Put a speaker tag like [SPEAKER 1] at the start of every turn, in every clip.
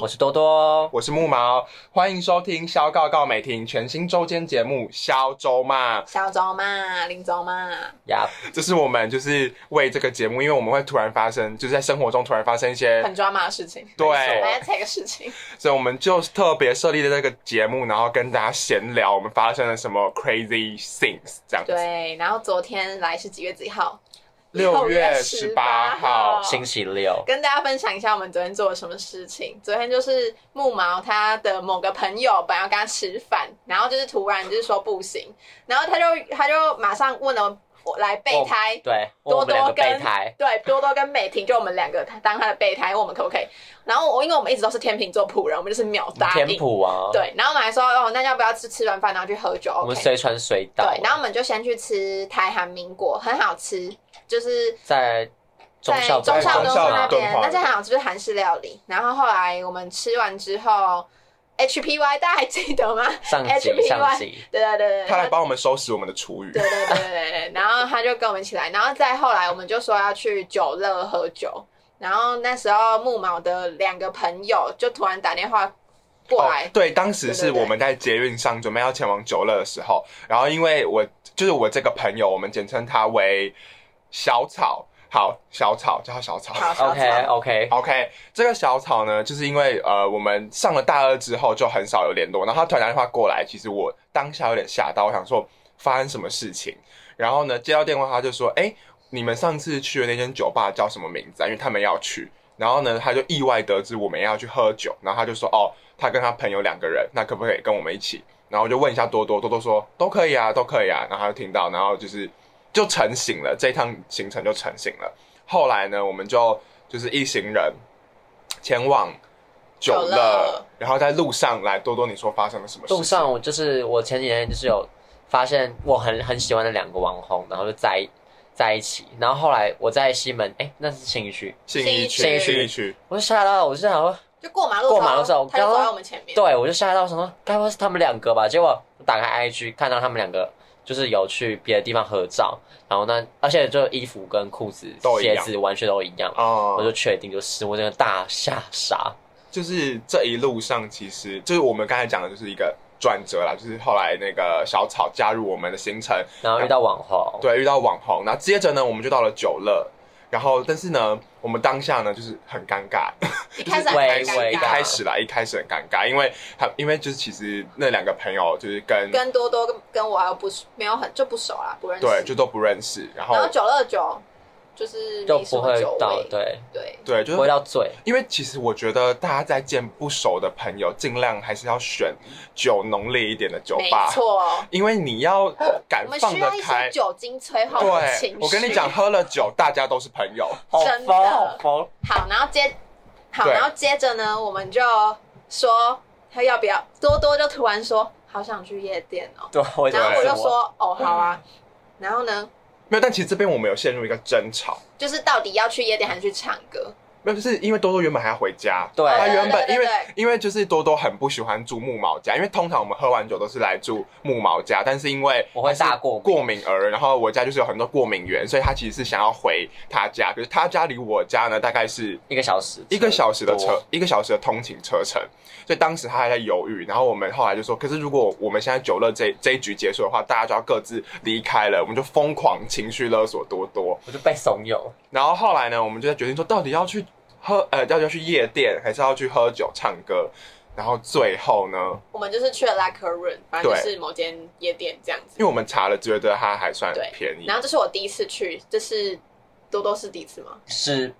[SPEAKER 1] 我是多多，
[SPEAKER 2] 我是木毛，欢迎收听《肖告告美婷》全新周间节目《肖周嘛》，
[SPEAKER 3] 小周嘛，林周嘛，
[SPEAKER 1] 呀、
[SPEAKER 2] 这是我们就是为这个节目，因为我们会突然发生，就是在生活中突然发生一 些
[SPEAKER 3] 很抓马的事情。
[SPEAKER 2] 对，
[SPEAKER 3] 来这个事情，
[SPEAKER 2] 所以我们就特别设立了这个节目，然后跟大家闲聊我们发生了什么 crazy things 这样子。
[SPEAKER 3] 对。然后昨天来是几月几号？
[SPEAKER 2] 六月
[SPEAKER 3] 月
[SPEAKER 2] 十
[SPEAKER 3] 十
[SPEAKER 2] 八
[SPEAKER 3] 八
[SPEAKER 2] 号
[SPEAKER 3] 号，
[SPEAKER 1] 星期六，
[SPEAKER 3] 跟大家分享一下我们昨天做了什么事情。昨天就是木毛他的某个朋友本来要跟他吃饭，然后就是突然就是说不行，然后他就他就马上问了我来备胎，
[SPEAKER 1] 哦对，问我
[SPEAKER 3] 多
[SPEAKER 1] 们两
[SPEAKER 3] 多
[SPEAKER 1] 个备
[SPEAKER 3] 跟
[SPEAKER 1] 胎，
[SPEAKER 3] 对多多跟美婷，就我们两个当他的备胎，问我们可不可以。然后我因为我们一直都是天秤座仆人，我们就是秒答
[SPEAKER 1] 天
[SPEAKER 3] 应。
[SPEAKER 1] 普啊，，
[SPEAKER 3] 对，然后我们还说哦，那要不要吃吃完饭然后去喝酒
[SPEAKER 1] 我们
[SPEAKER 3] ？OK。
[SPEAKER 1] 随传随到，
[SPEAKER 3] 对，然后我们就先去吃台韩民国，很好吃，就是
[SPEAKER 1] 在中
[SPEAKER 3] 在
[SPEAKER 1] 校
[SPEAKER 3] 中
[SPEAKER 1] 东
[SPEAKER 3] 校
[SPEAKER 2] 中
[SPEAKER 3] 东
[SPEAKER 2] 校
[SPEAKER 3] 路
[SPEAKER 2] 东
[SPEAKER 3] 那
[SPEAKER 2] 路敦
[SPEAKER 3] 边
[SPEAKER 2] 化，
[SPEAKER 3] 那家很好吃，就是韩式料理。然后后来我们吃完之后，HPY 大家还记得吗？
[SPEAKER 1] 上集
[SPEAKER 3] HPY
[SPEAKER 1] 上集，
[SPEAKER 3] 对对对对，
[SPEAKER 2] 他来
[SPEAKER 3] 对
[SPEAKER 2] 帮我们收拾我们的厨余
[SPEAKER 3] 对。对对对对，然后他就跟我们一起来，然后再后来我们就说要去酒乐喝酒，然后那时候木毛的两个朋友就突然打电话过来，
[SPEAKER 2] 哦对，当时是
[SPEAKER 3] 对对对
[SPEAKER 2] 我们在捷运上准备要前往九乐的时候，然后因为我就是我这个朋友，我们简称他为小草，好，小草叫他小草。
[SPEAKER 3] 好小
[SPEAKER 1] ，OK
[SPEAKER 3] 草
[SPEAKER 1] OK，
[SPEAKER 2] OK，这个小草呢，就是因为呃，我们上了大二之后就很少有联络，然后他突然打电话过来，其实我当下有点吓到，我想说发生什么事情。然后呢，接到电话他就说：“哎、你们上次去的那间酒吧叫什么名字啊？因为他们要去。”然后呢，他就意外得知我们要去喝酒，然后他就说：“哦，他跟他朋友两个人，那可不可以跟我们一起？”然后我就问一下多多，多多说：“都可以啊，都可以啊。”然后他就听到，然后就是就成型了，这一趟行程就成型了。后来呢，我们就就是一行人前往酒
[SPEAKER 3] 酒
[SPEAKER 2] 乐
[SPEAKER 3] 乐，
[SPEAKER 2] 然后在路上来多多，你说发生了什么事？
[SPEAKER 1] 路上我就是我前几天就是有发现我很很喜欢的两个网红，然后就在在一起，然后后来我在西门，哎、那是信义区，
[SPEAKER 2] 信义区，
[SPEAKER 1] 信义区
[SPEAKER 2] 信义区，
[SPEAKER 1] 我就吓到，我就想说。
[SPEAKER 3] 就过马路的
[SPEAKER 1] 过马路的时候
[SPEAKER 3] 他就
[SPEAKER 1] 刚
[SPEAKER 3] 走
[SPEAKER 1] 刚
[SPEAKER 3] 在我们前面，
[SPEAKER 1] 对，我就吓到什么，该不会是他们两个吧？结果我打开 IG 看到他们两个就是有去别的地方合照，然后呢，而且就衣服跟裤子
[SPEAKER 2] 都、一
[SPEAKER 1] 鞋
[SPEAKER 2] 样
[SPEAKER 1] 子完全都一样，
[SPEAKER 2] 哦
[SPEAKER 1] 我就确定就是我真的大吓傻。
[SPEAKER 2] 就是这一路上，其实就是我们刚才讲的，就是一个转折啦，就是后来那个小草加入我们的行程，
[SPEAKER 1] 然后遇到网红，
[SPEAKER 2] 对，遇到网红，那接着呢，我们就到了酒乐，然后但是呢，我们当下呢就是很尴尬，
[SPEAKER 3] 一开始
[SPEAKER 1] 就是
[SPEAKER 3] 很
[SPEAKER 1] 微
[SPEAKER 3] 尴
[SPEAKER 1] 微
[SPEAKER 2] 一
[SPEAKER 1] 的
[SPEAKER 3] 尬，
[SPEAKER 2] 开始啦，一开始很尴尬，因为他因为就是其实那两个朋友就是跟
[SPEAKER 3] 跟多多跟跟我还有不熟没有很就不熟啦，不认识。
[SPEAKER 2] 对就都不认识，然后
[SPEAKER 3] 然后九二九就是
[SPEAKER 1] 就
[SPEAKER 3] 没什
[SPEAKER 1] 不
[SPEAKER 3] 么
[SPEAKER 1] 会
[SPEAKER 3] 酒
[SPEAKER 1] 到
[SPEAKER 3] 味，
[SPEAKER 1] 对，
[SPEAKER 3] 对
[SPEAKER 2] 对就
[SPEAKER 1] 不会
[SPEAKER 2] 是。
[SPEAKER 1] 到醉，
[SPEAKER 2] 因为其实我觉得大家在见不熟的朋友，尽量还是要选酒浓烈一点的酒
[SPEAKER 3] 没
[SPEAKER 2] 吧，
[SPEAKER 3] 错，
[SPEAKER 2] 因为你要敢
[SPEAKER 3] 我们
[SPEAKER 2] 放
[SPEAKER 3] 需
[SPEAKER 2] 得
[SPEAKER 3] 要一
[SPEAKER 2] 开
[SPEAKER 3] 些，酒精催化我们的
[SPEAKER 2] 对
[SPEAKER 3] 情，绪。
[SPEAKER 2] 我跟你讲，，喝了酒大家都是朋友。
[SPEAKER 1] 好
[SPEAKER 3] 真的
[SPEAKER 1] 疯好疯，
[SPEAKER 3] 好，然后接好，
[SPEAKER 2] 对
[SPEAKER 3] 然后接着呢，我们就说他要不要多多就突然说好想去夜店哦，
[SPEAKER 1] 对，我也觉
[SPEAKER 3] 然
[SPEAKER 1] 得
[SPEAKER 3] 后我
[SPEAKER 1] 是
[SPEAKER 3] 就说哦好啊，
[SPEAKER 2] 嗯
[SPEAKER 3] 然后呢
[SPEAKER 2] 没有，但其实这边我们有陷入一个争吵，
[SPEAKER 3] 就是到底要去夜店还是去唱歌？
[SPEAKER 2] 没有，就是因为多多原本还要回家，
[SPEAKER 1] 对
[SPEAKER 2] 他
[SPEAKER 1] 对
[SPEAKER 2] 原本
[SPEAKER 3] 对对
[SPEAKER 2] 因为
[SPEAKER 3] 对
[SPEAKER 2] 因为就是多多很不喜欢住木毛家，因为通常我们喝完酒都是来住木毛家，但是因为
[SPEAKER 1] 我会大过敏
[SPEAKER 2] 过敏儿，然后我家就是有很多过敏源，所以他其实是想要回他家，可是他家离我家呢大概是
[SPEAKER 1] 一个小时，
[SPEAKER 2] 一个小时的车
[SPEAKER 1] 多，，
[SPEAKER 2] 一个小时的通勤车程，所以当时他还在犹豫。然后我们后来就说，可是如果我们现在九乐这这一局结束的话，大家就要各自离开了，我们就疯狂情绪勒索多多。
[SPEAKER 1] 我就被怂恿，
[SPEAKER 2] 然后后来呢，我们就在决定说，到底要去喝呃，要不要去夜店，还是要去喝酒唱歌？然后最后呢，
[SPEAKER 3] 我们就是去了 Like a Room，反正就
[SPEAKER 2] 对
[SPEAKER 3] 是某间夜店这样子。
[SPEAKER 2] 因为我们查了，觉得它还算
[SPEAKER 3] 对
[SPEAKER 2] 便宜哦
[SPEAKER 3] 然。后这是我第一次去，这是多多是第一次吗？
[SPEAKER 1] 是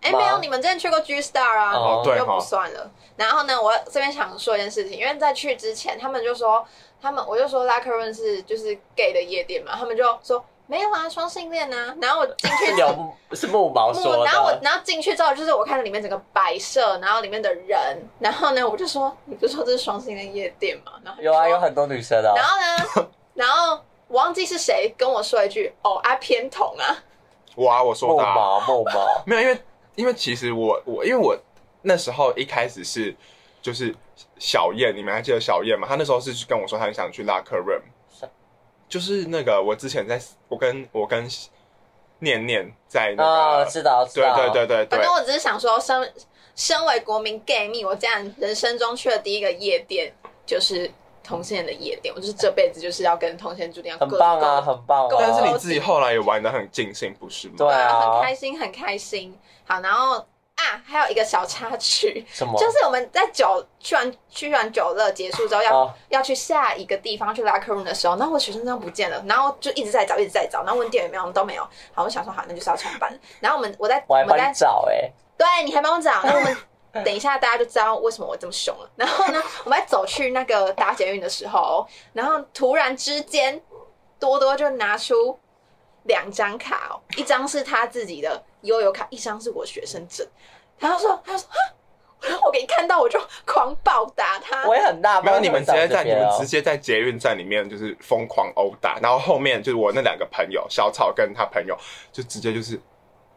[SPEAKER 3] 哎、
[SPEAKER 1] 吗
[SPEAKER 3] 没有，你们之前去过 G Star 啊，
[SPEAKER 1] 哦
[SPEAKER 2] 对
[SPEAKER 3] 就
[SPEAKER 2] 哈
[SPEAKER 3] 不算了。然后呢，我这边想说一件事情，因为在去之前，他们就说他们，我就说 Locker Room 是就是 gay 的夜店嘛，他们就说没有啊，双性恋啊。然后我进去
[SPEAKER 1] 是
[SPEAKER 3] 之后
[SPEAKER 1] 有是木毛说
[SPEAKER 3] 然后我
[SPEAKER 1] 的，
[SPEAKER 3] 然后进去之后，就是我看着里面整个摆设，啊然后里面的人，然后呢，我就说你不是说这是双性恋夜店吗？然后他就
[SPEAKER 1] 有啊，
[SPEAKER 3] 说
[SPEAKER 1] 有很多女生的
[SPEAKER 3] 然，后呢，然后我忘记是谁跟我说一句哦啊偏同啊，
[SPEAKER 2] 哇，我说
[SPEAKER 1] 木
[SPEAKER 2] 的啊、
[SPEAKER 1] 毛木 毛，
[SPEAKER 2] 没有，因为因为其实我我因为我那时候一开始是就是小燕，你们还记得小燕吗？她那时候是跟我说她很想去拉克 room，
[SPEAKER 1] 是
[SPEAKER 2] 就是那个我之前在我跟我跟念念在那
[SPEAKER 1] 啊，
[SPEAKER 2] 个、
[SPEAKER 1] 知道知
[SPEAKER 2] 对
[SPEAKER 1] 道，
[SPEAKER 2] 对对对
[SPEAKER 3] 反
[SPEAKER 2] 对
[SPEAKER 3] 正我只是想说身身为国民 gay 蜜，我竟然人生中去的第一个夜店就是同性恋的夜店，我就是这辈子就是要跟同性恋注定要
[SPEAKER 1] 很
[SPEAKER 3] 各
[SPEAKER 1] 棒啊，很棒
[SPEAKER 3] 够
[SPEAKER 2] 但是
[SPEAKER 1] 啊！
[SPEAKER 2] 你自己后来也玩的很尽兴，不是吗？
[SPEAKER 1] 对啊
[SPEAKER 3] 很开心，很开心。好，然后啊，还有一个小插曲，
[SPEAKER 1] 什么？
[SPEAKER 3] 就是我们在酒去完去完酒乐结束之后要，要、
[SPEAKER 1] 哦
[SPEAKER 3] 去下一个地方去 locker room 的时候，然后我学生证不见了，然后就一直在找，一直在找，然后问店员有没有，我们都没有。好，我想说好，那就是要重办。然后我们我在
[SPEAKER 1] 我还
[SPEAKER 3] 们
[SPEAKER 1] 帮
[SPEAKER 3] 在
[SPEAKER 1] 你找哎，
[SPEAKER 3] 对，你还帮 我找，那我们等一下大家就知道为什么我这么凶了。然后 呢，我们在走去那个搭捷运的时候，然后突然之间，多多就拿出两张卡哦，一张是他自己的悠游卡，一张是我学生证。然后说，他就说，啊然后我给你看到我就狂暴打他。
[SPEAKER 1] 我也很大
[SPEAKER 2] 没
[SPEAKER 1] 方。
[SPEAKER 2] 有，你们直接在你
[SPEAKER 1] 边
[SPEAKER 2] 们
[SPEAKER 1] 哦
[SPEAKER 2] 直接在捷运站里面就是疯狂殴打，然后后面就是我那两个朋友小草跟他朋友，就直接就是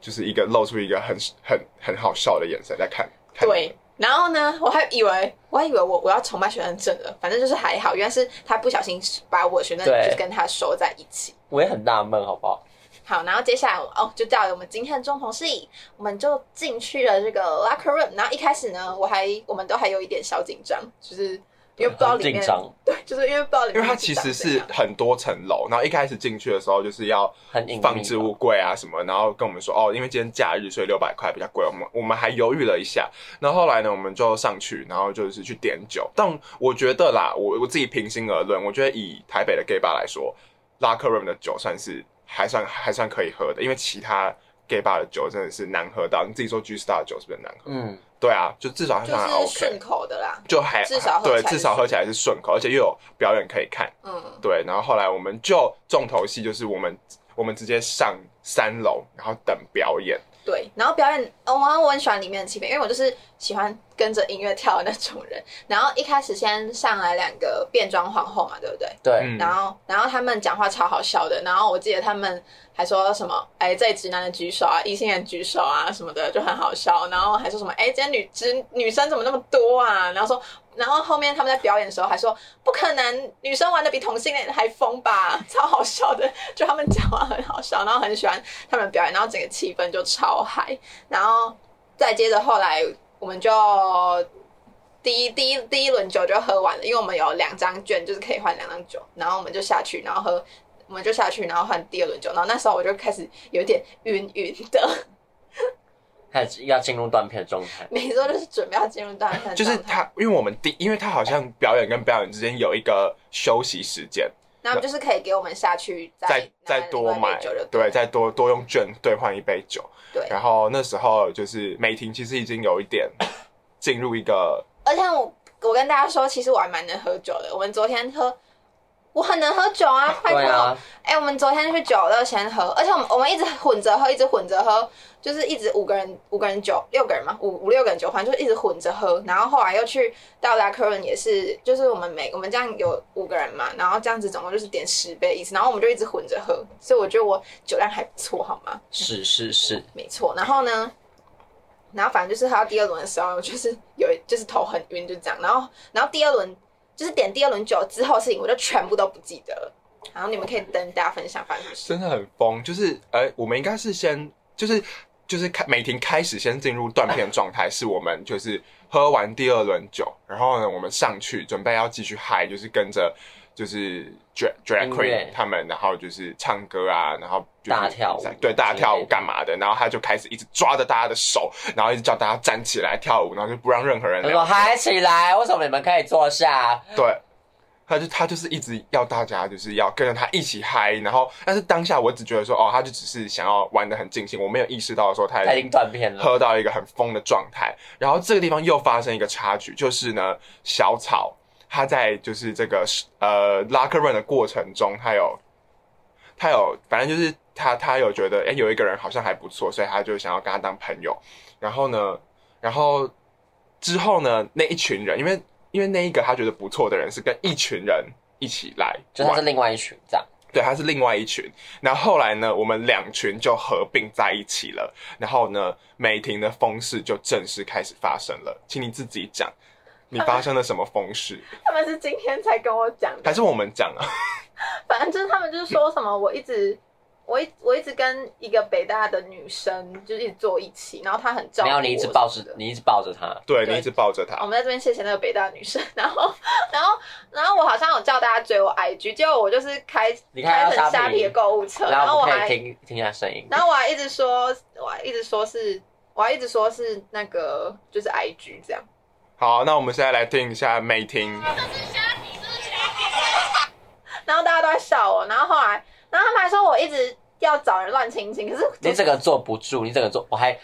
[SPEAKER 2] 就是一个露出一个很很很好笑的眼神在看。看你
[SPEAKER 3] 对，然后呢，我还以为我还以为我我要重办学生证了，反正就是还好，原来是他不小心把我学生证
[SPEAKER 1] 对
[SPEAKER 3] 就是跟他收在一起。
[SPEAKER 1] 我也很纳闷，好不好？
[SPEAKER 3] 好，然后接下来我哦，就到了我们今天的重头戏，我们就进去了这个 locker room。然后一开始呢，我还我们都还有一点小紧张，就是因为不知道
[SPEAKER 1] 很
[SPEAKER 3] 里
[SPEAKER 1] 紧
[SPEAKER 3] 面，
[SPEAKER 1] 张，
[SPEAKER 3] 对，就是因为不知道里
[SPEAKER 2] 因
[SPEAKER 3] 面
[SPEAKER 2] 为它其实
[SPEAKER 3] 长怎
[SPEAKER 2] 是
[SPEAKER 3] 样
[SPEAKER 2] 很多层楼，然后一开始进去的时候就是要
[SPEAKER 1] 很隐秘吧
[SPEAKER 2] 放置物柜啊什么，然后跟我们说哦，因为今天假日，所以六百块比较贵。我们我们还犹豫了一下，然后后来呢，我们就上去，然后就是去点酒。但我觉得啦，我我自己平心而论，我觉得以台北的 gay bar 来说，拉克 room 的酒算是还算还算可以喝的，因为其他 gay bar 的酒真的是难喝到。你自己说 G Star 的酒是不是很难喝？
[SPEAKER 1] 嗯，
[SPEAKER 2] 对啊，就至少还算
[SPEAKER 3] 就是
[SPEAKER 2] OK，
[SPEAKER 3] 顺口的啦，
[SPEAKER 2] 就还
[SPEAKER 3] 至少喝起来
[SPEAKER 2] 对，
[SPEAKER 3] 是
[SPEAKER 2] 至少喝起来是顺口，而且又有表演可以看。
[SPEAKER 3] 嗯，
[SPEAKER 2] 对，然后后来我们就重头戏就是我们我们直接上三楼，然后等表演。
[SPEAKER 3] 对。然后表演，哦我我很喜欢里面的气氛，因为我就是喜欢跟着音乐跳的那种人。然后一开始先上来两个变装皇后嘛，对不对？
[SPEAKER 1] 对，
[SPEAKER 2] 嗯，
[SPEAKER 3] 然后，然后他们讲话超好笑的。然后我记得他们还说什么，哎，这里直男的举手啊，异性恋举手啊什么的，就很好笑。然后还说什么，哎，今天女直女生怎么那么多啊？然后说，然后后面他们在表演的时候还说，不可能，女生玩的比同性恋还疯吧， 超好笑的。就他们讲话很好笑，然后很喜欢他们表演，然后整个气氛就超嗨。然后再接着后来，我们就第一第一第一轮酒就喝完了，因为我们有两张券，就是可以换两张酒，然后我们就下去，然后喝，我们就下去，然后换第二轮酒，然后那时候我就开始有点晕晕的，
[SPEAKER 1] 开始要进入断片的状态。
[SPEAKER 3] 每周就是准备要进入大三，
[SPEAKER 2] 就是，他，因为我们第，因为他好像表演跟表演之间有一个休息时间，
[SPEAKER 3] 然后就是可以给我们下去
[SPEAKER 2] 再
[SPEAKER 3] 再
[SPEAKER 2] 再
[SPEAKER 3] 拿
[SPEAKER 2] 多
[SPEAKER 3] 另外一杯
[SPEAKER 2] 买
[SPEAKER 3] 酒就，
[SPEAKER 2] 对，再多多用券兑换一杯酒。
[SPEAKER 3] 对，
[SPEAKER 2] 然后那时候就是梅婷其实已经有一点进入一个，
[SPEAKER 3] 而且我我跟大家说，其实我还蛮能喝酒的，我们昨天喝。我很能喝酒啊，快
[SPEAKER 1] 对
[SPEAKER 3] 托！
[SPEAKER 1] 啊，
[SPEAKER 3] 哎、我们昨天去酒乐先喝，而且我们我们一直混着喝，一直混着喝，就是一直五个人五个人酒六个人嘛，五五六个人酒，反正就是一直混着喝。然后后来又去到达科伦也是，就是我们每我们这样有五个人嘛，然后这样子总共就是点十杯意思，然后我们就一直混着喝，所以我觉得我酒量还不错，好吗？
[SPEAKER 1] 是是是，
[SPEAKER 3] 没错。然后呢，然后反正就是喝到第二轮的时候，就是有一就是头很晕，就这样。然后然后第二轮就是点第二轮酒之后的事情，我就全部都不记得了。然后你们可以跟大家分享发生什么 事。
[SPEAKER 2] 真的很疯，就是呃，我们应该是先就是就是开美婷开始先进入断片状态，是我们就是喝完第二轮酒，然后呢，我们上去准备要继续嗨，就是跟着就是 drag drag
[SPEAKER 1] 音
[SPEAKER 2] queen
[SPEAKER 1] 乐
[SPEAKER 2] 他们，然后就是唱歌啊，然后就是
[SPEAKER 1] 大跳舞
[SPEAKER 2] 对大跳
[SPEAKER 1] 之
[SPEAKER 2] 舞
[SPEAKER 1] 类的
[SPEAKER 2] 干嘛的，然后他就开始一直抓着大家的手，然后一直叫大家站起来跳舞，然后就不让任何人
[SPEAKER 1] 他说
[SPEAKER 2] 聊天
[SPEAKER 1] 嗨起来，为什么你们可以坐下？
[SPEAKER 2] 对，他就他就是一直要大家就是要跟着他一起嗨，然后但是当下我只觉得说哦，他就只是想要玩的很尽兴，我没有意识到说他
[SPEAKER 1] 他
[SPEAKER 2] 已
[SPEAKER 1] 已
[SPEAKER 2] 经
[SPEAKER 1] 经断片了，
[SPEAKER 2] 喝到一个很疯的状态。然后这个地方又发生一个插曲，就是呢，小草他在就是这个呃拉客 run 的过程中，他有他有反正就是他他有觉得哎、诶有一个人好像还不错，所以他就想要跟他当朋友。然后呢，然后之后呢，那一群人因为因为那一个他觉得不错的人是跟一群人一起来玩，
[SPEAKER 1] 就他是另外一群这样。
[SPEAKER 2] 对，他是另外一群。然后后来呢，我们两群就合并在一起了。然后呢，美婷的风事就正式开始发生了。请你自己讲，你发生了什么风事？
[SPEAKER 1] 呃
[SPEAKER 3] 他们是今天才跟我讲的，
[SPEAKER 2] 还是我们讲啊？
[SPEAKER 3] 反正就是他们就是说什么，我一直我一我一直跟一个北大的女生就是一直坐一起，然后她很照
[SPEAKER 1] 没
[SPEAKER 3] 顾我
[SPEAKER 1] 有，
[SPEAKER 3] 什么的。
[SPEAKER 1] 你一直抱着，你一直抱着他，
[SPEAKER 2] 对
[SPEAKER 3] 对
[SPEAKER 2] 你一直抱着
[SPEAKER 3] 我
[SPEAKER 2] 他，
[SPEAKER 3] 们在这边谢谢那个北大女生，然后，然后，然后我好像有叫大家追我 IG，结果我就是开
[SPEAKER 1] 你看到
[SPEAKER 3] 成
[SPEAKER 1] 虾
[SPEAKER 3] 虾皮
[SPEAKER 1] 皮
[SPEAKER 3] 的购物车，
[SPEAKER 1] 然
[SPEAKER 3] 然后
[SPEAKER 1] 后
[SPEAKER 3] 我
[SPEAKER 1] 我们可
[SPEAKER 3] 还
[SPEAKER 1] 以听听一下声音。
[SPEAKER 3] 然后我还一直说，我还一直说是，我还一直说是那个就是 IG 这样。
[SPEAKER 2] 好，那我们现在来听一下美婷，
[SPEAKER 3] 然后大家都在笑我，然后后来，然后他们还说我一直要找人乱亲亲，可是
[SPEAKER 1] 你这个坐不住，你这个坐，我还，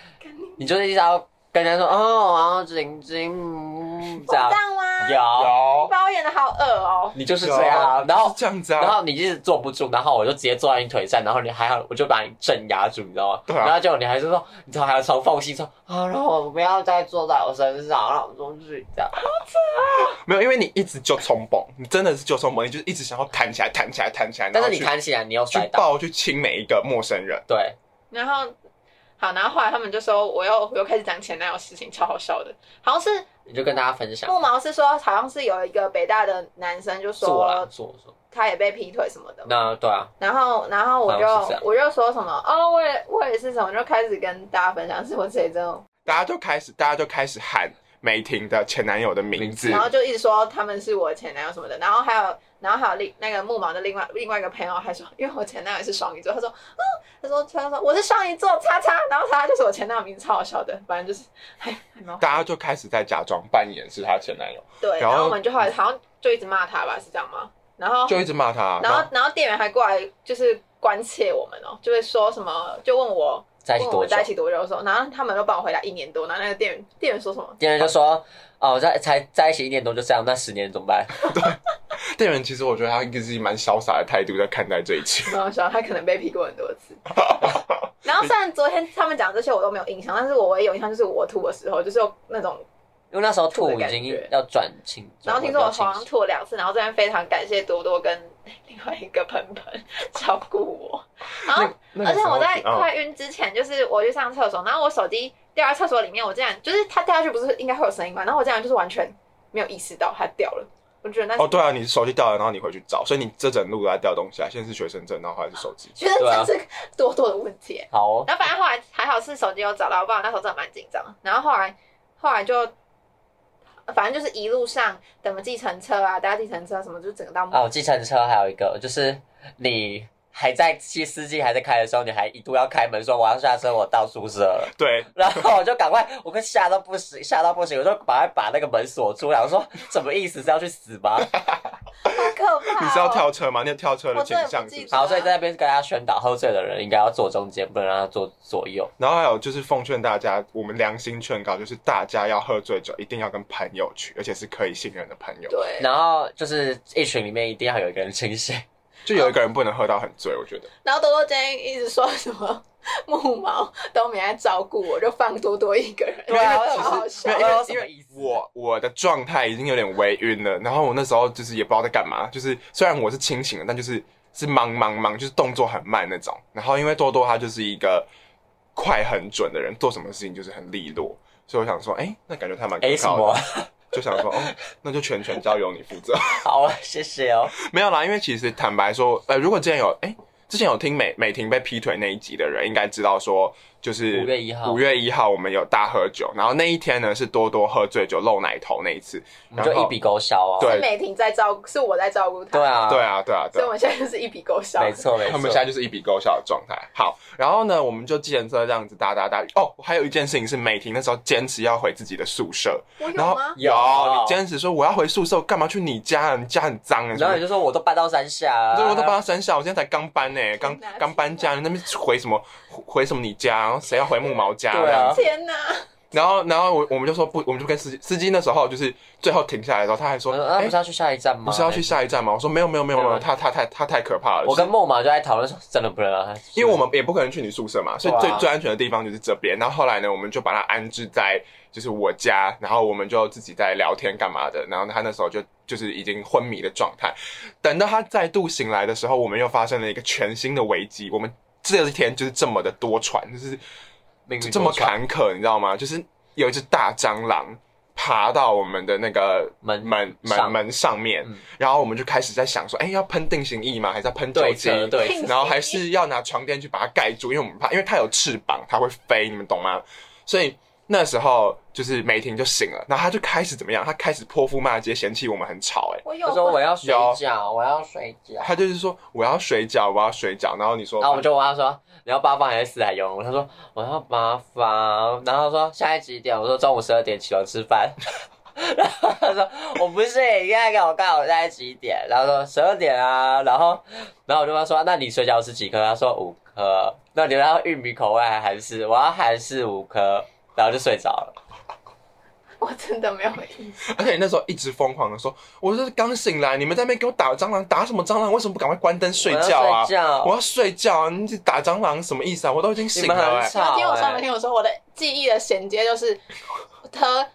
[SPEAKER 1] 你就是一直要跟人家说，哦，我要晶晶，嗯
[SPEAKER 3] 我
[SPEAKER 1] 这样
[SPEAKER 3] 这样吗？
[SPEAKER 1] 有，
[SPEAKER 3] 你
[SPEAKER 2] 有
[SPEAKER 3] 把我演的好恶哦、
[SPEAKER 1] 你就是这样啊。然
[SPEAKER 2] 是
[SPEAKER 1] 后，
[SPEAKER 2] 这样子
[SPEAKER 1] 然
[SPEAKER 2] 啊，
[SPEAKER 1] 后你一直坐不住，然后我就直接坐在你腿上，然后你还好，我就把你镇压住，你知道吗？
[SPEAKER 2] 对啊
[SPEAKER 1] 然后就你还是说，你知道还要从缝隙说，啊，让我不要再坐在我身上，让我出去这样。
[SPEAKER 2] 没有，因为你一直就冲蹦，你真的是就冲蹦，你就是一直想要弹起来，弹起来，弹起来，
[SPEAKER 1] 但是
[SPEAKER 2] 然后
[SPEAKER 1] 你
[SPEAKER 2] 去
[SPEAKER 1] 弹起来，你又摔
[SPEAKER 2] 去
[SPEAKER 1] 倒，
[SPEAKER 2] 抱去亲每一个陌生人，
[SPEAKER 1] 对，
[SPEAKER 3] 然后，好，然后后来他们就说我又我又开始讲前男友事情，超好笑的，好像是
[SPEAKER 1] 你就跟大家分享。
[SPEAKER 3] 木毛是说，好像是有一个北大的男生就是
[SPEAKER 1] 我啦
[SPEAKER 3] 说，
[SPEAKER 1] 是我说，
[SPEAKER 3] 他也被劈腿什么的，
[SPEAKER 1] 那对啊，
[SPEAKER 3] 然后然后我就
[SPEAKER 1] 好像是这样
[SPEAKER 3] 我就说什么哦，我也我也是什么，就开始跟大家分享是我谁真的，
[SPEAKER 2] 大家就开始，大家就开始喊美婷的前男友的名字
[SPEAKER 3] 然，后就一直说他们是我前男友什么的，然后还有然后还有另那个木毛的另外另外一个朋友还说，因为我前男友是双鱼座，他说嗯，他说他说我是双鱼座叉叉，然后他就是我前男友名字超好笑的，反正就是还还蛮好
[SPEAKER 2] 大家就开始在假装扮演是她前男友，
[SPEAKER 3] 对，
[SPEAKER 2] 然
[SPEAKER 3] 然
[SPEAKER 2] 后
[SPEAKER 3] 后我们就后来好像就一直骂他吧，是这样吗？然后
[SPEAKER 2] 就一直骂她，啊
[SPEAKER 3] 哦然后然后店员还过来就是关切我们哦，就会说什么，就问我
[SPEAKER 1] 在一起
[SPEAKER 3] 问我
[SPEAKER 1] 多
[SPEAKER 3] 们
[SPEAKER 1] 久
[SPEAKER 3] 在一？起多久的时候，然后他们都帮我回答一年多，然后那个店员店员说什么？
[SPEAKER 1] 别人就说，哦，在才在一起一年多就这样，那十年怎么办？
[SPEAKER 2] 店员其实我觉得他一直以蛮潇洒的态度在看待这一切。
[SPEAKER 3] 没有想他可能被批过很多次。然后虽然昨天他们讲这些我都没有印象，但是我唯一有印象就是我吐的时候，就是有那种，
[SPEAKER 1] 因为那时候
[SPEAKER 3] 吐的
[SPEAKER 1] 吐已
[SPEAKER 3] 感
[SPEAKER 1] 经
[SPEAKER 3] 觉
[SPEAKER 1] 要转清，
[SPEAKER 3] 然后听说
[SPEAKER 1] 转
[SPEAKER 3] 我
[SPEAKER 1] 不
[SPEAKER 3] 好
[SPEAKER 1] 了
[SPEAKER 3] 像
[SPEAKER 1] 清
[SPEAKER 3] 吐了两次，然后这边非常感谢多多跟另外一个盆盆 照顾我，然后
[SPEAKER 2] 那个
[SPEAKER 3] 而且
[SPEAKER 2] 时候
[SPEAKER 3] 我在
[SPEAKER 2] 嗯
[SPEAKER 3] 快晕之前，就是我去上厕所，然后我手机掉在厕所里面，我竟然就是它掉下去不是应该会有声音嘛，然后我竟然就是完全没有意识到它掉了，我觉得那
[SPEAKER 2] 哦，对啊，你手机掉了，然后你回去找，所以你这整路都在掉东西啊。先是学生证，然后后来是手 机。
[SPEAKER 3] 觉得
[SPEAKER 1] 对啊
[SPEAKER 3] 这是多多的问题欸。
[SPEAKER 1] 好哦，
[SPEAKER 3] 然后反正后来还好是手机有找到，不然我那时候真的蛮紧张的。然后后来后来就反正就是一路上等了计程车啊，搭计程车什么，就是整个到、
[SPEAKER 1] 啊，我计程车还有一个就是你还在司司机还在开的时候，你还一度要开门说我要下车，我到宿舍了。
[SPEAKER 2] 对，
[SPEAKER 1] 然后我就赶快，我快吓到不行，吓到不行，我就赶快把那个门锁住。然后说什么意思是要去死吗？
[SPEAKER 3] 好可怕、哦！
[SPEAKER 2] 你是要跳车吗？你有跳车的倾
[SPEAKER 3] 我真的不
[SPEAKER 2] 向
[SPEAKER 3] 记
[SPEAKER 2] 是
[SPEAKER 3] 得
[SPEAKER 2] 不是？
[SPEAKER 1] 好，所以在那边跟大家宣导，喝醉的人应该要坐中间，不能让他坐左右。
[SPEAKER 2] 然后还有就是奉劝大家，我们良心劝告，就是大家要喝醉酒一定要跟朋友去，而且是可以信任的朋友。
[SPEAKER 3] 对，
[SPEAKER 1] 然后就是一群里面一定要有一个人清醒，
[SPEAKER 2] 就有一个人不能喝到很醉，我觉得。
[SPEAKER 3] 然后多多今天一直说什么木毛都没来照顾我，就放多多一个人，
[SPEAKER 1] 对 啊
[SPEAKER 3] 超好笑
[SPEAKER 1] 没有。因为因为意思
[SPEAKER 2] 我我的状态已经有点微晕了，然后我那时候就是也不知道在干嘛，就是虽然我是清醒的，但就是是忙忙忙，就是动作很慢那种。然后因为多多他就是一个快很准的人，做什么事情就是很利落，所以我想说，哎、那感觉他蛮可
[SPEAKER 1] 哎什
[SPEAKER 2] 靠
[SPEAKER 1] 么
[SPEAKER 2] 的，？就想说，哦，那就全权交由你负责。
[SPEAKER 1] 好啊，谢谢哦。
[SPEAKER 2] 没有啦，因为其实坦白说，呃，如果之前有哎、之前有听美美婷被劈腿那一集的人，应该知道说，就是
[SPEAKER 1] 5月1号
[SPEAKER 2] 五月一号我们有大喝酒，然后那一天呢是多多喝醉酒露奶头那一次，
[SPEAKER 1] 我们就一笔勾销哦。
[SPEAKER 2] 对
[SPEAKER 3] 是美婷在照顾，是我在照顾她。
[SPEAKER 1] 对，啊，
[SPEAKER 2] 对啊，对啊，对
[SPEAKER 3] 所以我
[SPEAKER 2] 啊。
[SPEAKER 3] 们现在就是一笔勾销。
[SPEAKER 1] 没错没错。
[SPEAKER 2] 他们现在就是一笔勾销的状态。好，然后呢，我们就计程车这样子搭搭搭。哦，还有一件事情是，美婷那时候坚持要回自己的宿舍，
[SPEAKER 3] 我
[SPEAKER 2] 然
[SPEAKER 3] 有
[SPEAKER 2] 后
[SPEAKER 3] 吗？
[SPEAKER 1] 有
[SPEAKER 2] 你坚持说我要回宿舍，我干嘛去你家啊？你家很脏啊！
[SPEAKER 1] 然后你就说我都搬到山下、啊，
[SPEAKER 2] 对，我都搬到山下，我现在才刚搬呢、刚
[SPEAKER 3] 天哪
[SPEAKER 2] 刚搬家，你那边回什么回回什么你家，然后谁要回木毛家
[SPEAKER 1] 对啊
[SPEAKER 2] 这样子
[SPEAKER 3] 天哪！
[SPEAKER 2] 然后然后我我们就说不，我们就跟司机司机那时候就是最后停下来的时候，他还说，
[SPEAKER 1] 我说啊，
[SPEAKER 2] 哎、
[SPEAKER 1] 不是要去下一站吗？
[SPEAKER 2] 不是要去下一站吗？我说没有没有没有没有，
[SPEAKER 1] 对
[SPEAKER 2] 他他太他太可怕了。
[SPEAKER 1] 我
[SPEAKER 2] 就是
[SPEAKER 1] 跟木马就在讨论说，真的不能啊让他，
[SPEAKER 2] 因为我们也不可能去你宿舍嘛，所以
[SPEAKER 1] 对啊
[SPEAKER 2] 最、最安全的地方就是这边。然后后来呢，我们就把它安置在就是我家，然后我们就自己在聊天干嘛的。然后他那时候就就是已经昏迷的状态。等到他再度醒来的时候，我们又发生了一个全新的危机。我们这一天就是这么的多舛，就是
[SPEAKER 1] 命运
[SPEAKER 2] 这么
[SPEAKER 1] 多舛，
[SPEAKER 2] 坎坷，你知道吗？就是有一只大蟑螂爬到我们的那个
[SPEAKER 1] 门
[SPEAKER 2] 门门
[SPEAKER 1] 上
[SPEAKER 2] 门上面
[SPEAKER 1] 嗯，
[SPEAKER 2] 然后我们就开始在想说，哎，要喷定型液吗？还是要喷酒
[SPEAKER 1] 对折
[SPEAKER 2] 精？
[SPEAKER 1] 对
[SPEAKER 3] 定
[SPEAKER 1] 折，
[SPEAKER 2] 然后还是要拿床垫去把它盖住，因为我们怕，因为它有翅膀，它会飞，你们懂吗？所以那时候就是梅婷就醒了，然后她就开始怎么样？她开始泼妇骂街，嫌弃我们很吵、哎，
[SPEAKER 3] 我有
[SPEAKER 1] 我说我
[SPEAKER 3] 要
[SPEAKER 1] 要睡
[SPEAKER 2] 有
[SPEAKER 1] 觉，我要睡觉。
[SPEAKER 2] 她就是说我要水饺，我要水饺，然后你说，
[SPEAKER 1] 啊然后我就问他说：“你要八方还是四海游龙？”他说：“我要八方。”然后他说：“现在几点？”我说：“中午十二点起床吃饭。” 然后他说：“我不是，你现在给我看我现在几点？”然后说：“十二点啊。”然后，然后我就问他说：“那你水饺吃几颗？”他说：“五颗。”那你要玉米口味还是韩式？我要韩式五颗。然后就睡着了。
[SPEAKER 3] 我真的没有印象。
[SPEAKER 2] 而且你那时候一直疯狂的说，我就是刚醒来，你们在那边给我打蟑螂，打什么蟑螂？为什么不赶快关灯睡觉
[SPEAKER 1] 我要
[SPEAKER 2] 啊
[SPEAKER 1] 睡？觉
[SPEAKER 2] 我要睡觉啊！你打蟑螂什么意思啊？我都已经
[SPEAKER 1] 你
[SPEAKER 2] 醒
[SPEAKER 1] 们很
[SPEAKER 2] 了、哎，
[SPEAKER 1] 吵、
[SPEAKER 3] 听我说，
[SPEAKER 1] 欸
[SPEAKER 3] 没听我说，我的记忆的衔接就是喝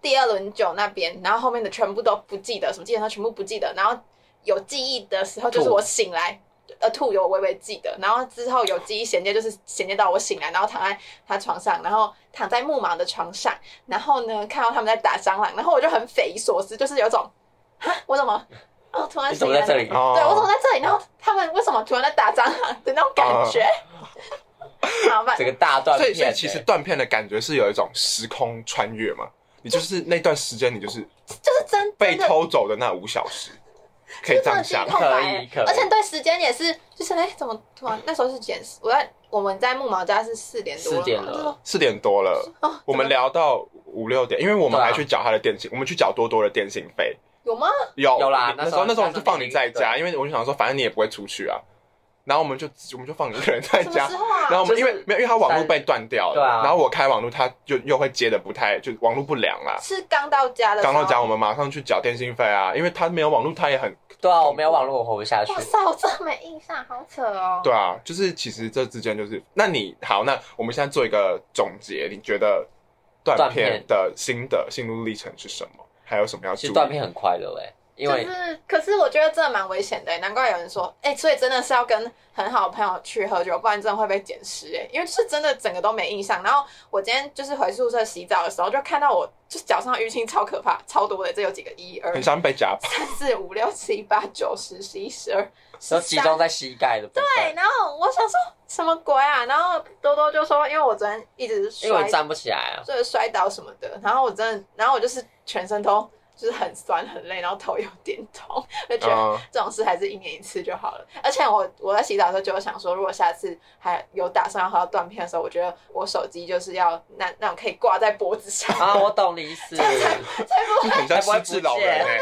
[SPEAKER 3] 第二轮酒那边，然后后面的全部都不记得，什么基本上全部不记得，然后有记忆的时候就是
[SPEAKER 1] 吐
[SPEAKER 3] 我醒来。呃，吐有微微记得，然后之后有记忆衔接，就是衔接到我醒来，然后躺在他床上，然后躺在木马的床上，然后呢看到他们在打蟑螂，然后我就很匪夷所思，就是有种，哈，我怎么，哦，突然
[SPEAKER 1] 你怎
[SPEAKER 3] 醒
[SPEAKER 1] 么
[SPEAKER 3] 来
[SPEAKER 1] 在
[SPEAKER 3] 了，
[SPEAKER 1] 这里？
[SPEAKER 2] 哦
[SPEAKER 3] 对，我怎么在这里？然后他们为什么突然在打蟑螂的那种感觉？
[SPEAKER 1] 哦
[SPEAKER 3] 好吧，
[SPEAKER 1] 整个大断
[SPEAKER 2] 所
[SPEAKER 1] 片、
[SPEAKER 2] 以，所
[SPEAKER 1] 欸。
[SPEAKER 2] 以其实断片的感觉是有一种时空穿越嘛，你就是那段时间，你就是
[SPEAKER 3] 就是真
[SPEAKER 2] 被
[SPEAKER 3] 真的
[SPEAKER 2] 偷走的那五小时，可以这样想
[SPEAKER 3] 真的是一。空白
[SPEAKER 1] 可以可以
[SPEAKER 3] 欸而且对时间也是，就是哎、怎么突然那时候是几点？我在我们在木毛家是四点多嘛，
[SPEAKER 1] 四点了
[SPEAKER 3] 我就说
[SPEAKER 2] 四点多了，
[SPEAKER 3] 哦，
[SPEAKER 2] 我们
[SPEAKER 3] 怎么
[SPEAKER 2] 聊到五六点，因为我们
[SPEAKER 1] 对啊
[SPEAKER 2] 还去缴他的电信，我们去缴多多的电信费。
[SPEAKER 3] 有吗？
[SPEAKER 2] 有
[SPEAKER 1] 有啦
[SPEAKER 2] 你
[SPEAKER 1] 那
[SPEAKER 2] 那
[SPEAKER 1] 时
[SPEAKER 2] 时
[SPEAKER 1] 候
[SPEAKER 2] 候那时候我
[SPEAKER 1] 那时候
[SPEAKER 2] 就放
[SPEAKER 1] 你
[SPEAKER 2] 你在家，因为我就想说，反正你也不会出去啊。然后我们就我们就放你一个人 在
[SPEAKER 3] 什么
[SPEAKER 2] 家
[SPEAKER 3] 时，候啊？
[SPEAKER 2] 然后我们因为
[SPEAKER 1] 就是
[SPEAKER 2] 没有，因为他网络被断掉
[SPEAKER 1] 对
[SPEAKER 2] 了，
[SPEAKER 1] 啊
[SPEAKER 2] 然后我开网络，他就又会接的不太，就网络不良啊啦。
[SPEAKER 3] 是刚到家的时
[SPEAKER 2] 刚
[SPEAKER 3] 候，
[SPEAKER 2] 到家，我们马上去缴电信费啊，因为他没有网络，他也很
[SPEAKER 1] 对啊，我没有网络，我活不下去
[SPEAKER 3] 哇。塞，我真的 没印象，好扯哦。
[SPEAKER 2] 对啊，就是其实这之间就是，那你好，那我们现在做一个总结，你觉得断
[SPEAKER 1] 断
[SPEAKER 2] 片
[SPEAKER 1] 片
[SPEAKER 2] 的心得心路历程是什么？还有什么要
[SPEAKER 1] 其
[SPEAKER 2] 注
[SPEAKER 1] 实断
[SPEAKER 2] 意？
[SPEAKER 1] 片很快乐哎、欸因
[SPEAKER 3] 就
[SPEAKER 1] 为
[SPEAKER 3] 是，可是我觉得真的蛮危险的，欸难怪有人说，哎、所以真的是要跟很好的朋友去喝酒，不然真的会被捡尸哎，因为就是真的整个都没印象。然后我今天就是回宿舍洗澡的时候，就看到我就是脚上淤青超可怕，超多的，这有几个一二
[SPEAKER 2] 很像 被家暴，
[SPEAKER 3] 三四五六七八九十十一十二十
[SPEAKER 1] 都集中
[SPEAKER 3] 三。
[SPEAKER 1] 在膝盖的部
[SPEAKER 3] 对，
[SPEAKER 1] 分，
[SPEAKER 3] 然后我想说什么鬼啊？然后多多就说，因为我昨天一直
[SPEAKER 1] 因为我
[SPEAKER 3] 摔
[SPEAKER 1] 站不起来啊。
[SPEAKER 3] 就是摔倒什么的，然后我真的，然后我就是全身都就是很酸很累，然后头有点痛，就觉得
[SPEAKER 1] 哦啊
[SPEAKER 2] 嗯，
[SPEAKER 3] 这种事还是一年一次就好了。而且我我在洗澡的时候就有想说，如果下次还有打算要喝到断片的时候，我觉得我手机就是要那那种可以挂在脖子上，
[SPEAKER 1] 啊，我懂你意思，
[SPEAKER 2] 就很像
[SPEAKER 1] 才不会
[SPEAKER 2] 失智老人
[SPEAKER 1] 不
[SPEAKER 2] 哎、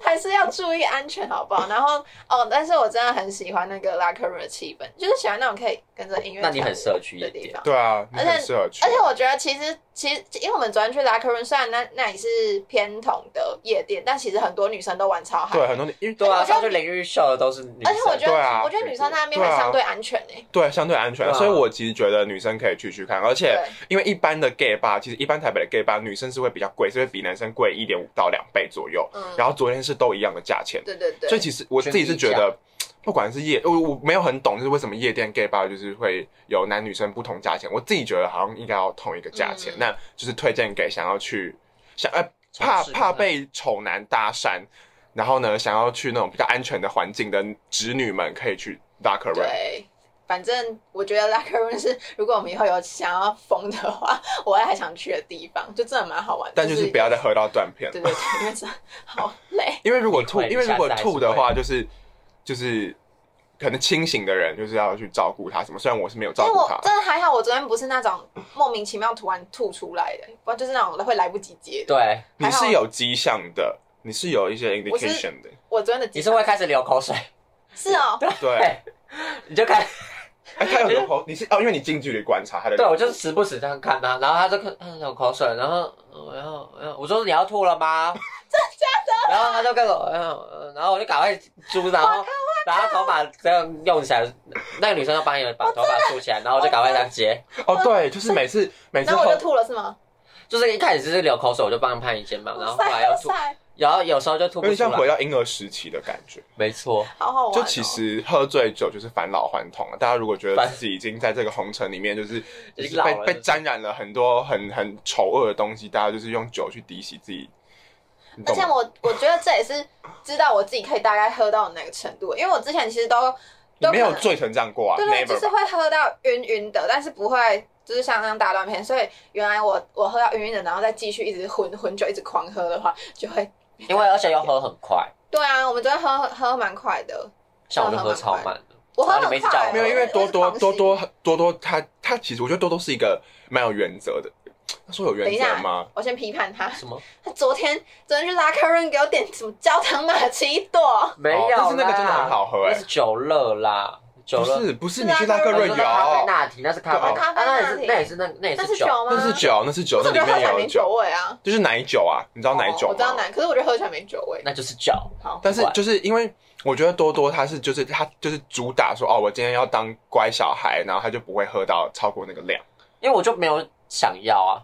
[SPEAKER 3] 还是要注意安全，好不好？然后哦，但是我真的很喜欢那个拉克瑞的气氛，就是喜欢那种可以跟着音乐
[SPEAKER 1] 那你很
[SPEAKER 3] 跳
[SPEAKER 1] 适合去
[SPEAKER 3] 舞
[SPEAKER 1] 夜
[SPEAKER 3] 的地
[SPEAKER 1] 店
[SPEAKER 3] 方。
[SPEAKER 2] 对啊，你
[SPEAKER 3] 而且
[SPEAKER 2] 很适合去
[SPEAKER 3] 而。且我觉得其实其实，因为我们昨天去拉克润，虽然那那里是偏统的夜店，但其实很多女生都玩超嗨。
[SPEAKER 2] 对，很多女因为
[SPEAKER 1] 对啊，
[SPEAKER 3] 我觉得
[SPEAKER 1] 上去淋浴秀的都是女生。
[SPEAKER 3] 而且我觉得，
[SPEAKER 2] 对啊
[SPEAKER 3] 我觉得女生在那边会相对安全欸诶、
[SPEAKER 2] 对相对安全，
[SPEAKER 1] 对啊
[SPEAKER 2] 所以我其实觉得女生可以去去看，而且
[SPEAKER 3] 对
[SPEAKER 2] 因为一般的 gay 吧，其实一般台北的 gay 吧，女生是会比较贵，是会比男生贵一点五到两倍左右，
[SPEAKER 3] 嗯，
[SPEAKER 2] 然后昨天是都一样的价钱，
[SPEAKER 3] 对对对。
[SPEAKER 2] 所以其实我自己是觉得，不管是夜，我我没有很懂，就是为什么夜店 gay bar 就是会有男女生不同价钱。我自己觉得好像应该要同一个价钱，
[SPEAKER 3] 嗯
[SPEAKER 2] 那就是推荐给想要去想呃怕
[SPEAKER 1] 尝试看
[SPEAKER 2] 怕
[SPEAKER 1] 看
[SPEAKER 2] 被丑男搭讪，然后呢想要去那种比较安全的环境的直女们可以去 Dark r o o
[SPEAKER 3] 对，反正我觉得拉克润是，如果我们以后有想要疯的话，我还想去的地方，就真的蛮好玩。
[SPEAKER 2] 但就是不要再喝到断片，
[SPEAKER 3] 对对对，因为真的好累。
[SPEAKER 2] 因为如果吐，
[SPEAKER 1] 你会
[SPEAKER 2] 因为如果
[SPEAKER 1] 下次还是
[SPEAKER 2] 吐的话，就是就是可能清醒的人就是要去照顾他什么，虽然我是没有
[SPEAKER 3] 因
[SPEAKER 2] 照
[SPEAKER 3] 为
[SPEAKER 2] 顾
[SPEAKER 3] 我
[SPEAKER 2] 他。
[SPEAKER 3] 真的还好，我昨天不是那种莫名其妙突然吐出来的，不然就是那种会来不及接的。
[SPEAKER 1] 对，
[SPEAKER 2] 你
[SPEAKER 3] 还好
[SPEAKER 2] 是有迹象的，你是有一些
[SPEAKER 3] 我是
[SPEAKER 2] indication 的。
[SPEAKER 3] 我昨天的
[SPEAKER 1] 你是会开始流口水，
[SPEAKER 3] 是哦，
[SPEAKER 2] 对，
[SPEAKER 1] 对 你就看，
[SPEAKER 2] 哎，他有流口，你是哦，因为你近距离观察他的。
[SPEAKER 1] 对我就是时不时这样看他，然后他就看他流口水，然后嗯然后然后我说你要吐了 吗？真的？然后他就跟我，然后呃然后我就赶快揪，然后然后头发这样用起来，那个女生就帮你把头发束起来，然后我就赶快这样接，
[SPEAKER 2] 哦，对，就是每次每次
[SPEAKER 3] 然后
[SPEAKER 2] 后
[SPEAKER 3] 我就吐了是吗？
[SPEAKER 1] 就是一开始是流口水，我就帮他拍你肩膀，然后后来要
[SPEAKER 3] 哇
[SPEAKER 1] 吐
[SPEAKER 3] 塞，
[SPEAKER 1] 然后有时候就吐
[SPEAKER 2] 有
[SPEAKER 1] 不
[SPEAKER 2] 点
[SPEAKER 1] 出
[SPEAKER 2] 像回
[SPEAKER 1] 来。
[SPEAKER 2] 到婴儿时期的感觉。
[SPEAKER 1] 没错，
[SPEAKER 3] 好好玩、哦。
[SPEAKER 2] 就其实喝醉酒就是返老还童了。啊大家如果觉得
[SPEAKER 1] 返
[SPEAKER 2] 自己已经在这个红尘里面，就是
[SPEAKER 1] 已经
[SPEAKER 2] 就是
[SPEAKER 1] 老
[SPEAKER 2] 被
[SPEAKER 1] 了
[SPEAKER 2] 被
[SPEAKER 1] 是不是
[SPEAKER 2] 沾染了很多很很丑恶的东西，大家就是用酒去抵洗自己。你
[SPEAKER 3] 而
[SPEAKER 2] 懂
[SPEAKER 3] 且
[SPEAKER 2] 吗？
[SPEAKER 3] 我我觉得这也是知道我自己可以大概喝到哪个程度，因为我之前其实都
[SPEAKER 2] 你
[SPEAKER 3] 都
[SPEAKER 2] 没
[SPEAKER 3] 可
[SPEAKER 2] 有
[SPEAKER 3] 能
[SPEAKER 2] 醉成这样过啊
[SPEAKER 3] 对对，就
[SPEAKER 2] ，never
[SPEAKER 3] 是
[SPEAKER 2] 吧。
[SPEAKER 3] 会喝到晕晕的，但是不会就是像那样大断片。所以原来我我喝到晕晕的，然后再继续一直混混酒，一直狂喝的话，就会
[SPEAKER 1] 因为而且又喝很快，
[SPEAKER 3] 对啊。我们昨天喝喝蛮快的，
[SPEAKER 1] 像我就喝超慢的，
[SPEAKER 3] 我喝
[SPEAKER 1] 然后你们
[SPEAKER 3] 很
[SPEAKER 1] 一直叫
[SPEAKER 3] 快
[SPEAKER 1] 我，
[SPEAKER 2] 没有，因为多多
[SPEAKER 3] 我是狂
[SPEAKER 2] 多
[SPEAKER 3] 吸
[SPEAKER 2] 多多多，他他其实我觉得多多是一个蛮有原则的。他说有
[SPEAKER 3] 等
[SPEAKER 2] 原
[SPEAKER 3] 一
[SPEAKER 2] 则
[SPEAKER 3] 下
[SPEAKER 2] 吗？，
[SPEAKER 3] 我先批判他。
[SPEAKER 1] 什
[SPEAKER 2] 哦
[SPEAKER 1] 么
[SPEAKER 3] 他昨天昨天去拉客人给我点什么焦糖玛奇朵，
[SPEAKER 1] 没
[SPEAKER 2] 哦
[SPEAKER 1] 有啦，
[SPEAKER 2] 但是那个真的很好喝哎
[SPEAKER 1] 那是酒乐啦，酒
[SPEAKER 2] 不
[SPEAKER 1] 乐。
[SPEAKER 2] 是不是，
[SPEAKER 3] 是
[SPEAKER 2] 你
[SPEAKER 3] 啊
[SPEAKER 2] 去拉克
[SPEAKER 3] 那个
[SPEAKER 2] 瑞
[SPEAKER 1] 我说那咖啡
[SPEAKER 2] 有，
[SPEAKER 1] 拿铁，那是咖啡
[SPEAKER 2] 哦
[SPEAKER 1] 拿，
[SPEAKER 3] 咖啡
[SPEAKER 1] 啊那也
[SPEAKER 3] 拿
[SPEAKER 1] 是
[SPEAKER 3] 铁
[SPEAKER 1] 那也是那那也
[SPEAKER 3] 那是
[SPEAKER 1] 哎是酒，
[SPEAKER 3] 酒吗？
[SPEAKER 2] 那是。酒，那是酒
[SPEAKER 3] 可，是
[SPEAKER 2] 那
[SPEAKER 3] 我觉
[SPEAKER 2] 里面
[SPEAKER 3] 得喝起来没
[SPEAKER 2] 有
[SPEAKER 3] 酒
[SPEAKER 2] 酒，
[SPEAKER 3] 味啊。
[SPEAKER 2] 就是奶酒啊，你知道奶酒吗？
[SPEAKER 3] 哦我知道奶，可是我觉得喝起来没酒味。
[SPEAKER 1] 那就是酒。
[SPEAKER 3] 好，
[SPEAKER 2] 但是就是因为我觉得多多他是就是他就是主打说哦，我今天要当乖小孩，然后他就不会喝到超过那个量。
[SPEAKER 1] 因为我就没有想要啊，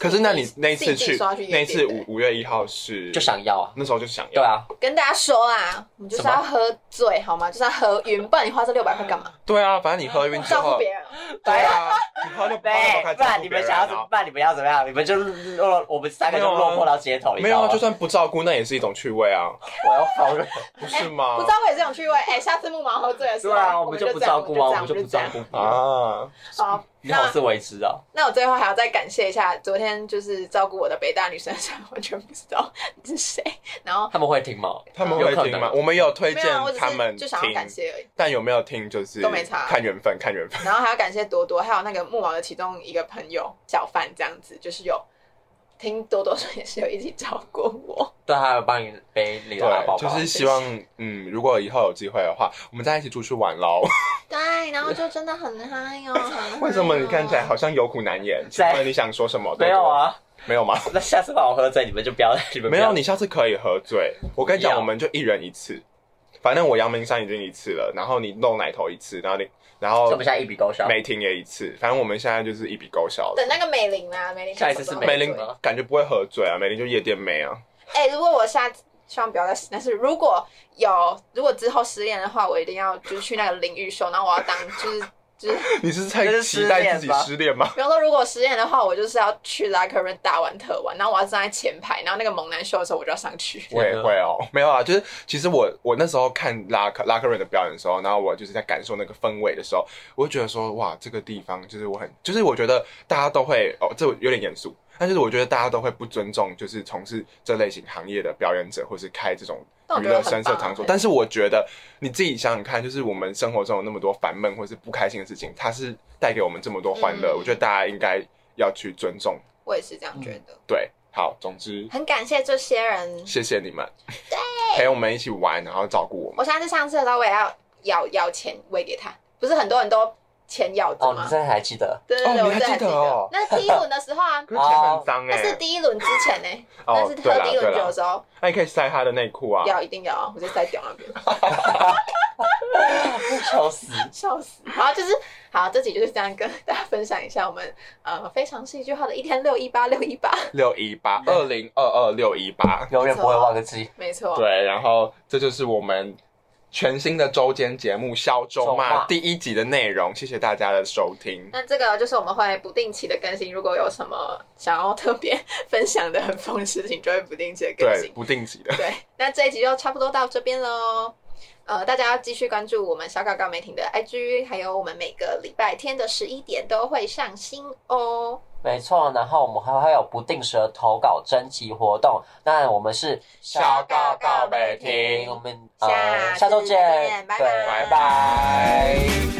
[SPEAKER 2] 可是那你那一
[SPEAKER 3] 自
[SPEAKER 2] 次
[SPEAKER 3] 己自己
[SPEAKER 2] 去
[SPEAKER 3] 刷去夜
[SPEAKER 2] 那一
[SPEAKER 3] 店
[SPEAKER 2] 次
[SPEAKER 3] 的
[SPEAKER 2] 五五月一号是
[SPEAKER 1] 就想要啊，
[SPEAKER 2] 那时候就想
[SPEAKER 1] 对
[SPEAKER 2] 要
[SPEAKER 1] 啊，
[SPEAKER 3] 跟大家说啦，我们就是
[SPEAKER 1] 什么
[SPEAKER 3] 要喝醉好吗？就是要喝晕，不然你花这六百块干嘛？
[SPEAKER 2] 对啊，反正你喝晕之
[SPEAKER 3] 照顾
[SPEAKER 2] 后，
[SPEAKER 3] 别人啊。
[SPEAKER 2] 对啊，你喝就八百
[SPEAKER 1] 对，
[SPEAKER 2] 块
[SPEAKER 1] 不
[SPEAKER 2] 照
[SPEAKER 1] 然
[SPEAKER 2] 顾
[SPEAKER 1] 你
[SPEAKER 2] 别
[SPEAKER 1] 们
[SPEAKER 2] 人
[SPEAKER 1] 想要
[SPEAKER 2] 啊
[SPEAKER 1] 怎么办？你们要怎么样？你们就落，我们三个就落魄到街头，你知
[SPEAKER 2] 没有
[SPEAKER 1] 道
[SPEAKER 2] 啊，
[SPEAKER 1] 吗？哎
[SPEAKER 2] 就算不照顾那也是一种趣味啊，
[SPEAKER 1] 我要 疯了。
[SPEAKER 2] 不是吗
[SPEAKER 3] 不？照顾也是一种趣味。哎、下次木毛喝醉的时候，
[SPEAKER 1] 对啊，
[SPEAKER 3] 我
[SPEAKER 1] 我
[SPEAKER 3] 们
[SPEAKER 1] 们就不
[SPEAKER 3] 这样
[SPEAKER 1] 照顾啊，我
[SPEAKER 3] 我
[SPEAKER 1] 们就不
[SPEAKER 3] 这
[SPEAKER 1] 照
[SPEAKER 3] 样。
[SPEAKER 1] 顾你啊。
[SPEAKER 2] 啊，
[SPEAKER 3] 好，
[SPEAKER 1] 你好
[SPEAKER 3] 那
[SPEAKER 1] 自为之哦。
[SPEAKER 3] 那我最后还要再感谢一下，昨天就是照顾我的北大女生，虽然完全不知道你是谁，然后
[SPEAKER 1] 他们会听吗？
[SPEAKER 2] 他们
[SPEAKER 1] 有
[SPEAKER 2] 会
[SPEAKER 1] 可
[SPEAKER 2] 听
[SPEAKER 1] 能
[SPEAKER 2] 吗？我们有推
[SPEAKER 3] 没
[SPEAKER 2] 荐
[SPEAKER 3] 有啊，我只
[SPEAKER 2] 他们
[SPEAKER 3] 是就想要感
[SPEAKER 2] 听，
[SPEAKER 3] 谢而已。
[SPEAKER 2] 但有没有听就是
[SPEAKER 3] 都没差
[SPEAKER 2] 看缘分，看缘分。
[SPEAKER 3] 然后还要感谢多多，还有那个木毛的其中一个朋友小范，这样子就是有听多多说也是有一起照顾我。
[SPEAKER 1] 对，他有帮你背你的阿包
[SPEAKER 2] 对，啊
[SPEAKER 1] 包，
[SPEAKER 2] 就是希望嗯，如果以后有机会的话，我们再一起出去玩喽。
[SPEAKER 3] 对，然后就真的很嗨哦，很 嗨
[SPEAKER 2] 为什么你看起来好像有苦难言？请
[SPEAKER 1] 在
[SPEAKER 2] 问你想说什么？
[SPEAKER 1] 没有啊。
[SPEAKER 2] 多多，没有吗？
[SPEAKER 1] 那下次把我喝醉，你们就不要，你们不
[SPEAKER 2] 没有，
[SPEAKER 1] 要
[SPEAKER 2] 你下次可以喝醉。我跟你讲，
[SPEAKER 1] 不要
[SPEAKER 2] 我们就一人一次。反正我阳明山已经一次了，然后你露奶头一次，然后你然
[SPEAKER 1] 这
[SPEAKER 2] 后
[SPEAKER 1] 我们现在一笔勾销。
[SPEAKER 2] 美婷也一次，反正我们现在就是一笔勾销了。
[SPEAKER 3] 等那个美玲啦，美玲
[SPEAKER 1] 下一次是
[SPEAKER 2] 美
[SPEAKER 1] 美
[SPEAKER 2] 玲
[SPEAKER 1] 玲吗
[SPEAKER 2] 感觉不会喝醉啊，美玲就夜店妹啊。
[SPEAKER 3] 哎、如果我下次希望不要再失，但是如果有如果之后失恋的话，我一定要就是去那个淋浴秀，然后我要当就是就是，
[SPEAKER 2] 你是在
[SPEAKER 1] 这是
[SPEAKER 2] 期
[SPEAKER 1] 失
[SPEAKER 2] 待
[SPEAKER 1] 恋
[SPEAKER 2] 自己
[SPEAKER 1] 吧
[SPEAKER 2] 失恋吗？
[SPEAKER 3] 比方说如果失恋的话，我就是要去拉克瑞大玩特玩，然后我要站在前排，然后那个猛男秀的时候我就要上去。
[SPEAKER 2] 我也会哦，没有啊，就是其实我我那时候看拉克拉克瑞的表演的时候，然后我就是在感受那个氛围的时候，我就觉得说哇，这个地方就是我很就是我觉得大家都会哦，这有点严肃，但是我觉得大家都会不尊重就是从事这类型行业的表演者或是开这种
[SPEAKER 3] 但我
[SPEAKER 2] 娱
[SPEAKER 3] 觉得
[SPEAKER 2] 乐
[SPEAKER 3] 很
[SPEAKER 2] 深色
[SPEAKER 3] 棒啊
[SPEAKER 2] 场所
[SPEAKER 3] 对，
[SPEAKER 2] 但是我觉得你自己想想看，就是我们生活中有那么多烦闷或是不开心的事情，它是带给我们这么多欢乐，
[SPEAKER 3] 嗯
[SPEAKER 2] 我觉得大家应该要去尊重。
[SPEAKER 3] 我也是这样觉得，
[SPEAKER 2] 对，好，总之
[SPEAKER 3] 很感谢这些人。
[SPEAKER 2] 谢谢你们， 陪我们一起玩，然后照顾我们。
[SPEAKER 3] 我下次上厕的时候我也要要要钱喂给他，不是很多人都钱要着
[SPEAKER 1] 哦，
[SPEAKER 3] 吗
[SPEAKER 1] 你？现在还记得？
[SPEAKER 3] 对对对，
[SPEAKER 2] 哦
[SPEAKER 3] 我
[SPEAKER 2] 你还
[SPEAKER 3] 这还
[SPEAKER 2] 记
[SPEAKER 3] 记
[SPEAKER 2] 得哦
[SPEAKER 3] 那是第一轮的时
[SPEAKER 2] ，
[SPEAKER 3] 候啊
[SPEAKER 2] 可是钱很脏
[SPEAKER 3] 那
[SPEAKER 2] 哎、
[SPEAKER 3] 是第一轮之前呢、那
[SPEAKER 2] 哦
[SPEAKER 3] 是，
[SPEAKER 2] 对
[SPEAKER 3] 喝
[SPEAKER 2] 啦
[SPEAKER 3] 第一
[SPEAKER 2] 对
[SPEAKER 3] 轮酒
[SPEAKER 2] 啦
[SPEAKER 3] 的，时候，
[SPEAKER 2] 那你可以晒他的内裤啊。
[SPEAKER 3] 要一定要啊，我就塞屌那边。
[SPEAKER 1] 笑死！
[SPEAKER 3] 笑死！好，就是好，这集就是这样跟大家分享一下我们呃非常戏剧化的一天六一八六一八，
[SPEAKER 2] 六一八二零二二六一八，
[SPEAKER 1] 永远不会忘记。
[SPEAKER 3] 没错，
[SPEAKER 2] 对，然后这就是我们全新的周间节目《消周
[SPEAKER 1] 周
[SPEAKER 2] 骂》
[SPEAKER 1] 骂
[SPEAKER 2] 第一集的内容，谢谢大家的收听。
[SPEAKER 3] 那这个就是我们会不定期的更新，如果有什么想要特别 分享的很疯的事情，就会不定期的更
[SPEAKER 2] 对，
[SPEAKER 3] 新。
[SPEAKER 2] 不定期的，
[SPEAKER 3] 对，那这一集就差不多到这边喽。呃，大家要继续关注我们小搞搞媒体的 IG，还有我们每个礼拜天的十一点都会上新哦。
[SPEAKER 1] 没错，然后我们还会有不定时的投稿征集活动。那我们是
[SPEAKER 2] 小
[SPEAKER 3] 告告
[SPEAKER 1] 北
[SPEAKER 3] 北亭
[SPEAKER 1] 我们
[SPEAKER 3] 下
[SPEAKER 1] 呃
[SPEAKER 3] 次
[SPEAKER 1] 下周见
[SPEAKER 3] 见，拜
[SPEAKER 1] 对
[SPEAKER 3] 拜
[SPEAKER 2] 拜拜。